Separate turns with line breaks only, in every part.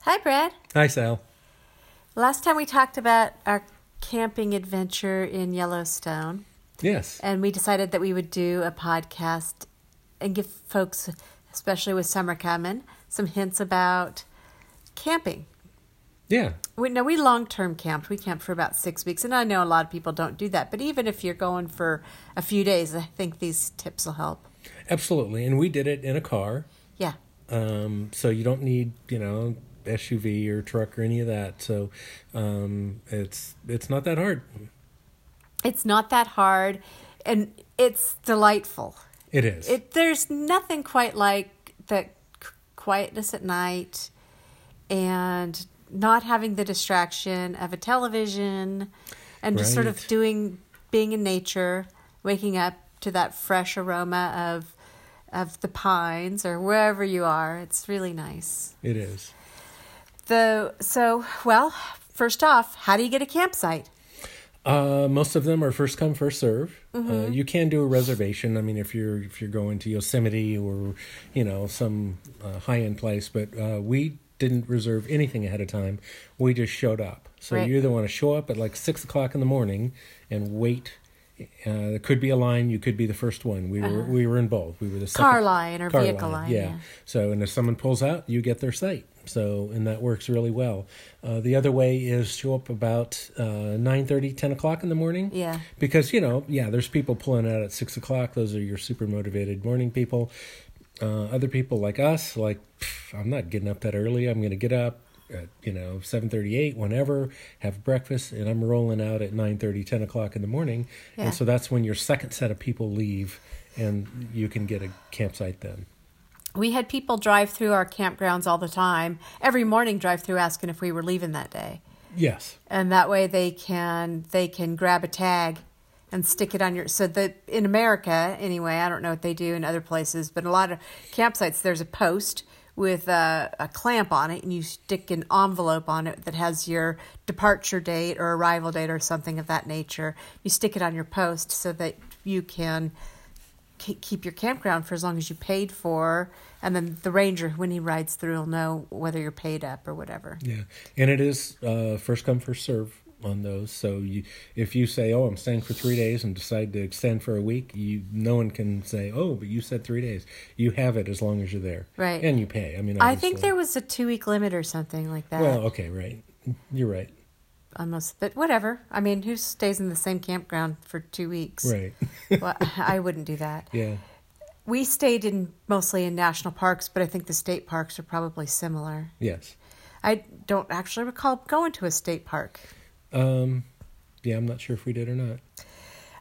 Hi, Brad.
Hi, Sal.
Last time we talked about our camping adventure in Yellowstone,
Yes.
and we decided that we would do a podcast and give folks, especially with summer coming, some hints about camping.
Yeah.
We, no, we long term camped. We camped for about six weeks, and I know a lot of people don't do that, but even if you're going for a few days, I think these tips will help.
Absolutely. And we did it in a car.
Yeah.
Um, so you don't need, you know, SUV or truck or any of that. So um, it's it's not that hard.
It's not that hard, and it's delightful.
It is.
It there's nothing quite like the c- quietness at night and not having the distraction of a television and just sort of
Right.
doing being in nature, waking up to that fresh aroma of of the pines or wherever you are. It's really nice.
it is.
The so well, first off, how do you get a campsite?
Uh, most of them are first come, first serve. Uh,
Mm-hmm.
you can do a reservation. I mean, if you're if you're going to Yosemite or you know some uh, high end place, but uh, we didn't reserve anything ahead of time. We just showed up. So
Right.
you either want to show up at like six o'clock in the morning and wait. Uh, there could be a line. You could be the first one. We were we were in both. We were the second,
Uh-huh. Car line or vehicle line, yeah.
so, and if someone pulls out, you get their site. So, and that works really well. Uh, the other way is show up about uh, 9 10 o'clock in the morning.
Yeah.
Because, you know, yeah, there's people pulling out at 6 o'clock. Those are your super motivated morning people. Uh, other people like us, like, "Pff, I'm not getting up that early. I'm going to get up at, you know, 7.38, whenever, have breakfast, and I'm rolling out at 9.30, 10 o'clock in the morning.
Yeah.
And so that's when your second set of people leave and you can get a campsite then.
We had people drive through our campgrounds all the time, every morning drive through asking if we were leaving that day.
Yes.
and that way they can they can grab a tag and stick it on your so that in america anyway i don't know what they do in other places but a lot of campsites there's a post with a, a clamp on it and you stick an envelope on it that has your departure date or arrival date or something of that nature you stick it on your post so that you can ke- keep your campground for as long as you paid for and then the ranger when he rides through will know whether you're paid up or whatever
Yeah, and it is uh, first come first serve on those. So you, if you say, "Oh, I'm staying for three days," and decide to extend for a week, you no one can say, "Oh, but you said three days." You have it as long as you're there,
Right.
And you pay. I mean,
I think
obviously.
there was a two week limit or something like that
Well, okay, right. You're right.
on most, but whatever. I mean, who stays in the same campground for two weeks?
Right.
well, I wouldn't do that.
Yeah.
We stayed in mostly in national parks, but I think the state parks are probably similar.
Yes.
I don't actually recall going to a state park.
Um, yeah, I'm not sure if we did or not.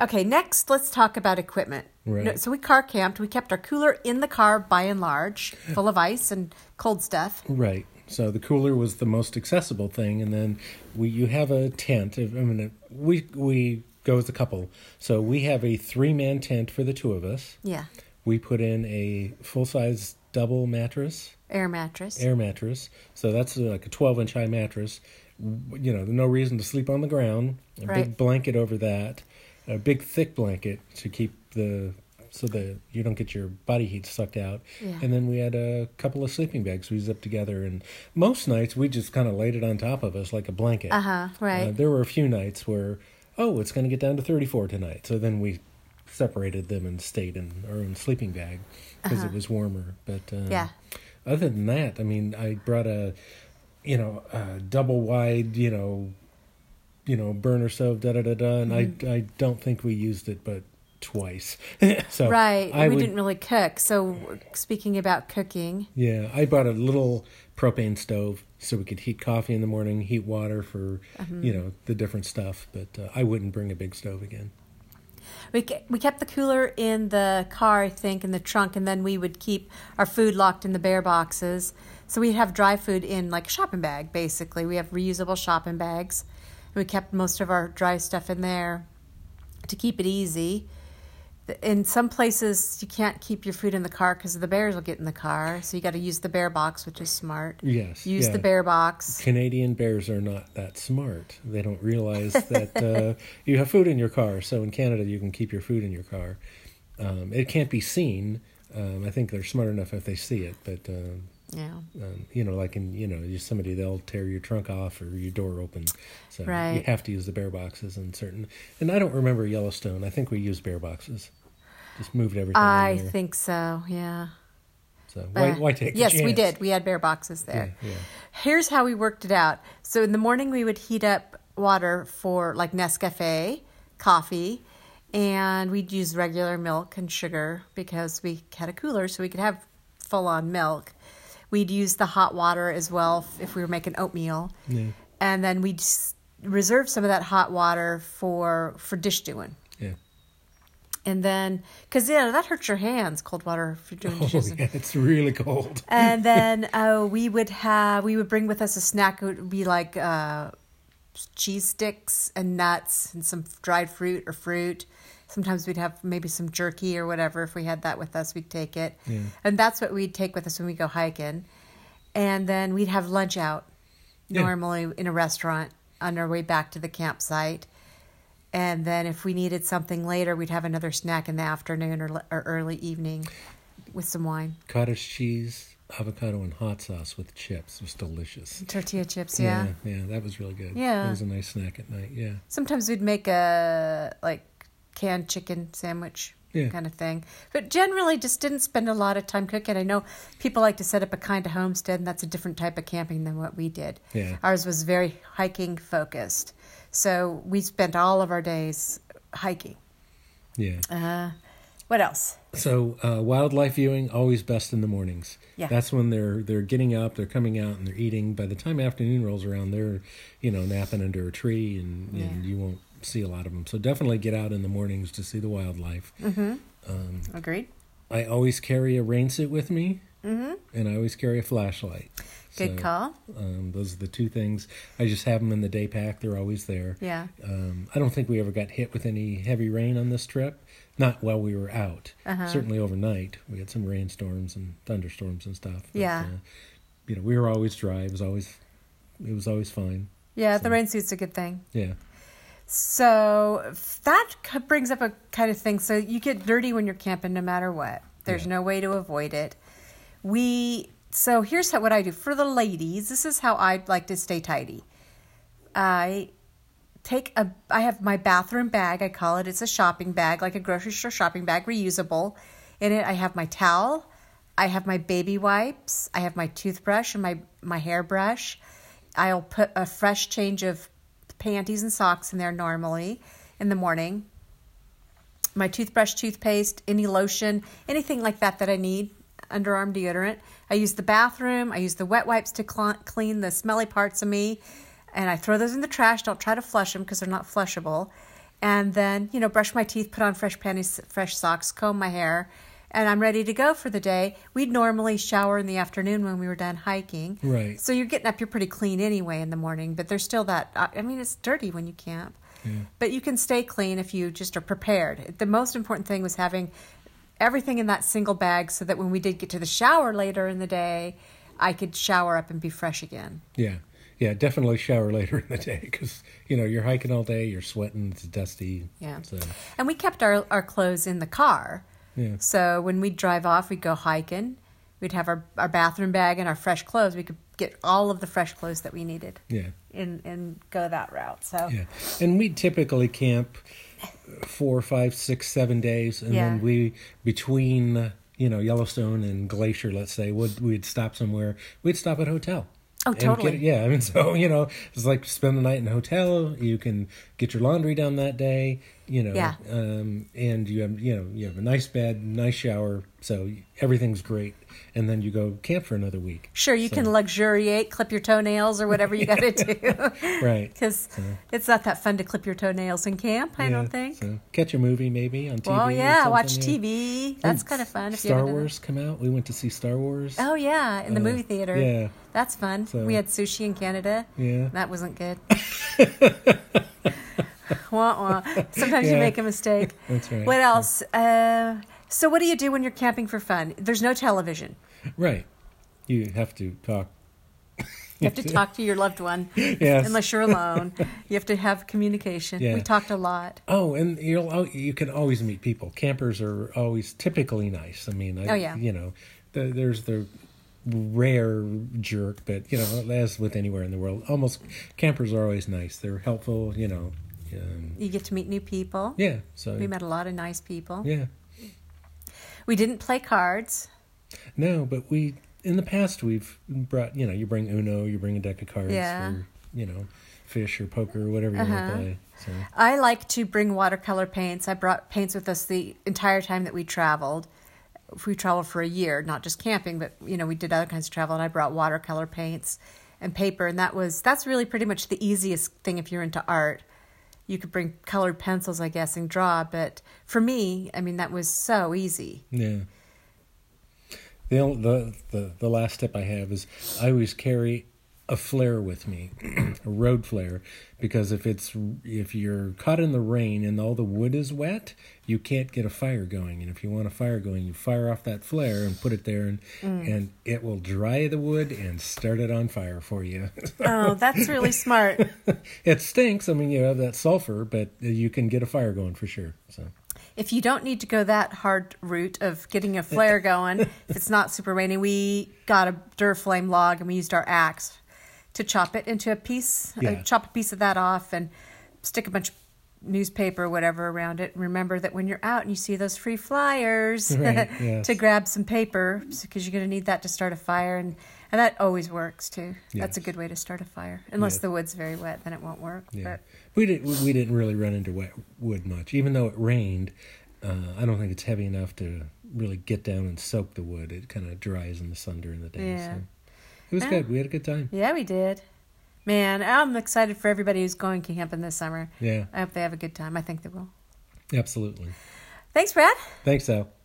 Okay, next, let's talk about equipment.
Right.
No, So we car camped. We kept our cooler in the car by and large, full of ice and cold stuff.
Right. So the cooler was the most accessible thing, and then we you have a tent. I mean, we we go as a couple, so we have a three man tent for the two of us.
Yeah,
We put in a full size double mattress,
air mattress.
air mattress. So that's like a 12 inch high mattress. You know, no reason to sleep on the ground. A
Right.
big blanket over that, a big thick blanket to keep the so that you don't get your body heat sucked out.
Yeah.
And then we had a couple of sleeping bags we zipped together. And most nights we just kind of laid it on top of us like a blanket.
Uh-huh, right.
Uh, there were a few nights where, oh, it's going to get down to 34 tonight. So then we separated them and stayed in our own sleeping bag because it was warmer. But um,
Uh-huh. Yeah.
other than that, I mean, I brought a, you know, a double wide, you know, you know, burner stove, da da da da, and
Mm-hmm.
I I don't think we used it, but twice. so
Right.
I
we
would-
didn't really cook. So, speaking about cooking,
yeah, I bought a little propane stove so we could heat coffee in the morning, heat water for
Uh-huh.
you know the different stuff. But uh, I wouldn't bring a big stove again.
We, ke- we kept the cooler in the car, I think, in the trunk, and then we would keep our food locked in the bear boxes. So we'd have dry food in like a shopping bag, basically. We have reusable shopping bags. We kept most of our dry stuff in there to keep it easy. Th- In some places, you can't keep your food in the car because the bears will get in the car. So you got to use the bear box, which is smart.
Yes,
Use the
yeah.
bear box.
Canadian bears are not that smart. They don't realize that uh, you have food in your car. So in Canada, you can keep your food in your car. Um, it can't be seen. Um, I think they're smart enough if they see it, but um,
Yeah.
Um, you know, like in you know Yosemite, they'll tear your trunk off or your door open, so you
Right.
have to use the bear boxes in certain. And I don't remember Yellowstone. I think we used bear boxes. Just moved everything. in
I
there.
think so. Yeah.
so. Why,
But-
why take? the
Uh, Yes, we
chance?
did. We had bear boxes
Yeah,
there.
yeah.
Here's how we worked it out. So in the morning we would heat up water for like Nescafe, coffee, and we'd use regular milk and sugar because we had a cooler so we could have full on milk. We'd use the hot water as well f- if we were making oatmeal.
Yeah.
And then we'd s- reserve some of that hot water for for dish doing.
Yeah.
And then, because yeah, that hurts your hands, cold water if you're doing
Oh
dishes.
yeah, it's really cold.
and then uh, we would have we would bring with us a snack. It would be like uh, cheese sticks and nuts and some dried fruit or fruit. Sometimes we'd have maybe some jerky or whatever. If we had that with us, we'd take it.
Yeah.
And that's what we'd take with us when we go hiking. And then we'd have lunch out
Yeah.
normally in a restaurant on our way back to the campsite. And then if we needed something later, we'd have another snack in the afternoon or, or early evening with some wine.
Cottage cheese, avocado, and hot sauce with chips was delicious.
Tortilla chips, yeah.
yeah, yeah, that was really good.
Yeah.
it was a nice snack at night. Yeah,
Sometimes we'd make a like canned chicken sandwich
Yeah.
kind of thing. But generally just didn't spend a lot of time cooking. I know people like to set up a kind of homestead and that's a different type of camping than what we did.
Yeah.
Ours was very hiking focused. So we spent all of our days hiking.
yeah.
Uh, what else?
So uh, wildlife viewing always best in the mornings.
Yeah.
that's when they're they're getting up, they're coming out, and they're eating. By the time afternoon rolls around, they're you know napping under a tree, and, and
Yeah.
you won't see a lot of them. So definitely get out in the mornings to see the wildlife.
Mm-hmm. Agreed.
I always carry a rain suit with me, and I always carry a flashlight.
Mm-hmm. Good
So,
call.
Um, those are the two things. I just have them in the day pack. They're always there.
Yeah.
Um, I don't think we ever got hit with any heavy rain on this trip. Not while we were out.
Uh-huh.
Certainly overnight, we had some rainstorms and thunderstorms and stuff. uh,
Yeah.
you know, we were always dry. It was always, it was always fine.
Yeah, the rain suit's a good thing.
Yeah.
So f- that c- brings up a kind of thing. So you get dirty when you're camping, no matter what. There's
Yeah.
no way to avoid it. We so here's how, what I do for the ladies. This is how I'd like to stay tidy. I take a I have my bathroom bag, I call it. It's a shopping bag, like a grocery store shopping bag, reusable. In it I have my towel, I have my baby wipes, I have my toothbrush and my my hairbrush. I'll put a fresh change of panties and socks in there normally in the morning. My toothbrush, toothpaste, any lotion, anything like that that I need, underarm deodorant. I use the bathroom, I use the wet wipes to cl- clean the smelly parts of me, and I throw those in the trash. Don't try to flush them because they're not flushable. And then, you know, brush my teeth, put on fresh panties, fresh socks, comb my hair, and I'm ready to go for the day. We'd normally shower in the afternoon when we were done hiking.
Right.
So you're getting up, you're pretty clean anyway in the morning, but there's still that. uh, I I mean, it's dirty when you camp, but you can stay clean if you just are prepared. The most important thing was having everything in that single bag so that when we did get to the shower later in the day, I could shower up and be fresh again.
Yeah. Yeah, definitely shower later in the day because you know you're hiking all day, you're sweating, it's dusty.
Yeah.
So
And we kept our, our clothes in the car.
yeah,
So when we'd drive off, we'd go hiking. We'd have our, our bathroom bag and our fresh clothes. We could get all of the fresh clothes that we needed
yeah,
and, and go that route. So,
yeah. And we typically camp four, five, six, seven days, and then
Yeah.
we between you know Yellowstone and Glacier, let's say, would we'd stop somewhere. We'd stop at a hotel.
Oh,
And
totally.
Get, yeah, I mean, so you know, it's like spend the night in a hotel. You can get your laundry done that day. You know,
Yeah.
um, and you have you know you have a nice bed, nice shower, so everything's great. And then you go camp for another week.
Sure, you can luxuriate, clip your toenails or whatever you got to do.
Right.
Because it's not that fun to clip your toenails in camp, I
Yeah,
don't think.
so catch a movie maybe on TV.
well,
or
yeah, watch
something, yeah.
TV. That's kind of fun. If you
Star
haven't done that.
Wars come out. We went to see Star Wars.
Oh, yeah, in the movie theater.
yeah.
That's fun.
So-
we had sushi in Canada.
Yeah.
That wasn't good. wah, wah. Sometimes you
Yeah.
make a mistake.
That's right.
What else? Uh, so, what do you do when you're camping for fun? There's no television.
Right. You have to talk.
You have to talk to your loved one
Yes.
unless you're alone. You have to have communication.
Yeah.
We talked a lot.
Oh, and you'll al- you can always meet people. Campers are always typically nice. I mean, I,
Oh, yeah.
you know, the, there's the rare jerk, but you know, as with anywhere in the world, almost campers are always nice. They're helpful, you know. Um,
You get to meet new people.
yeah, so
We met a lot of nice people.
yeah,
We didn't play cards.
no, but we in the past we've brought you know you bring Uno, you bring a deck of cards,
Yeah.
or you know fish or poker or whatever you want
Uh-huh.
to play. So
I like to bring watercolor paints. I brought paints with us the entire time that we traveled. We traveled for a year, not just camping, but you know, we did other kinds of travel and I brought watercolor paints and paper and that was that's really pretty much the easiest thing if you're into art. You could bring colored pencils, I guess, and draw, but for me, I mean that was so easy.
yeah. The, only- the the the last tip I have is I always carry a flare with me, a road flare, because if it's if you're caught in the rain and all the wood is wet, you can't get a fire going. And if you want a fire going, you fire off that flare and put it there, and and it will dry the wood and start it on fire for you.
Oh, that's really smart.
it stinks. I mean, you have that sulfur, but you can get a fire going for sure. So
If you don't need to go that hard route of getting a flare going, if it's not super rainy, we got a dur flame log and we used our axe to chop it into a piece, uh,
Yeah.
chop a piece of that off and stick a bunch of newspaper or whatever around it. Remember that when you're out and you see those free flyers
Right, yes.
to grab some paper because you're going to need that to start a fire. And, and that always works too. That's a
Yes.
good way to start a fire. Unless
Yeah.
the wood's very wet, then it won't work.
Yeah,
But
we didn't we didn't really run into wet wood much, even though it rained. Uh, I don't think it's heavy enough to really get down and soak the wood. It kind of dries in the sun during the day.
Yeah.
So it was
Yeah.
good. We had a good time.
Yeah, we did. Man, I'm excited for everybody who's going camping this summer.
Yeah,
I hope they have a good time. I think they will.
absolutely.
Thanks, Brad.
Thanks, Al.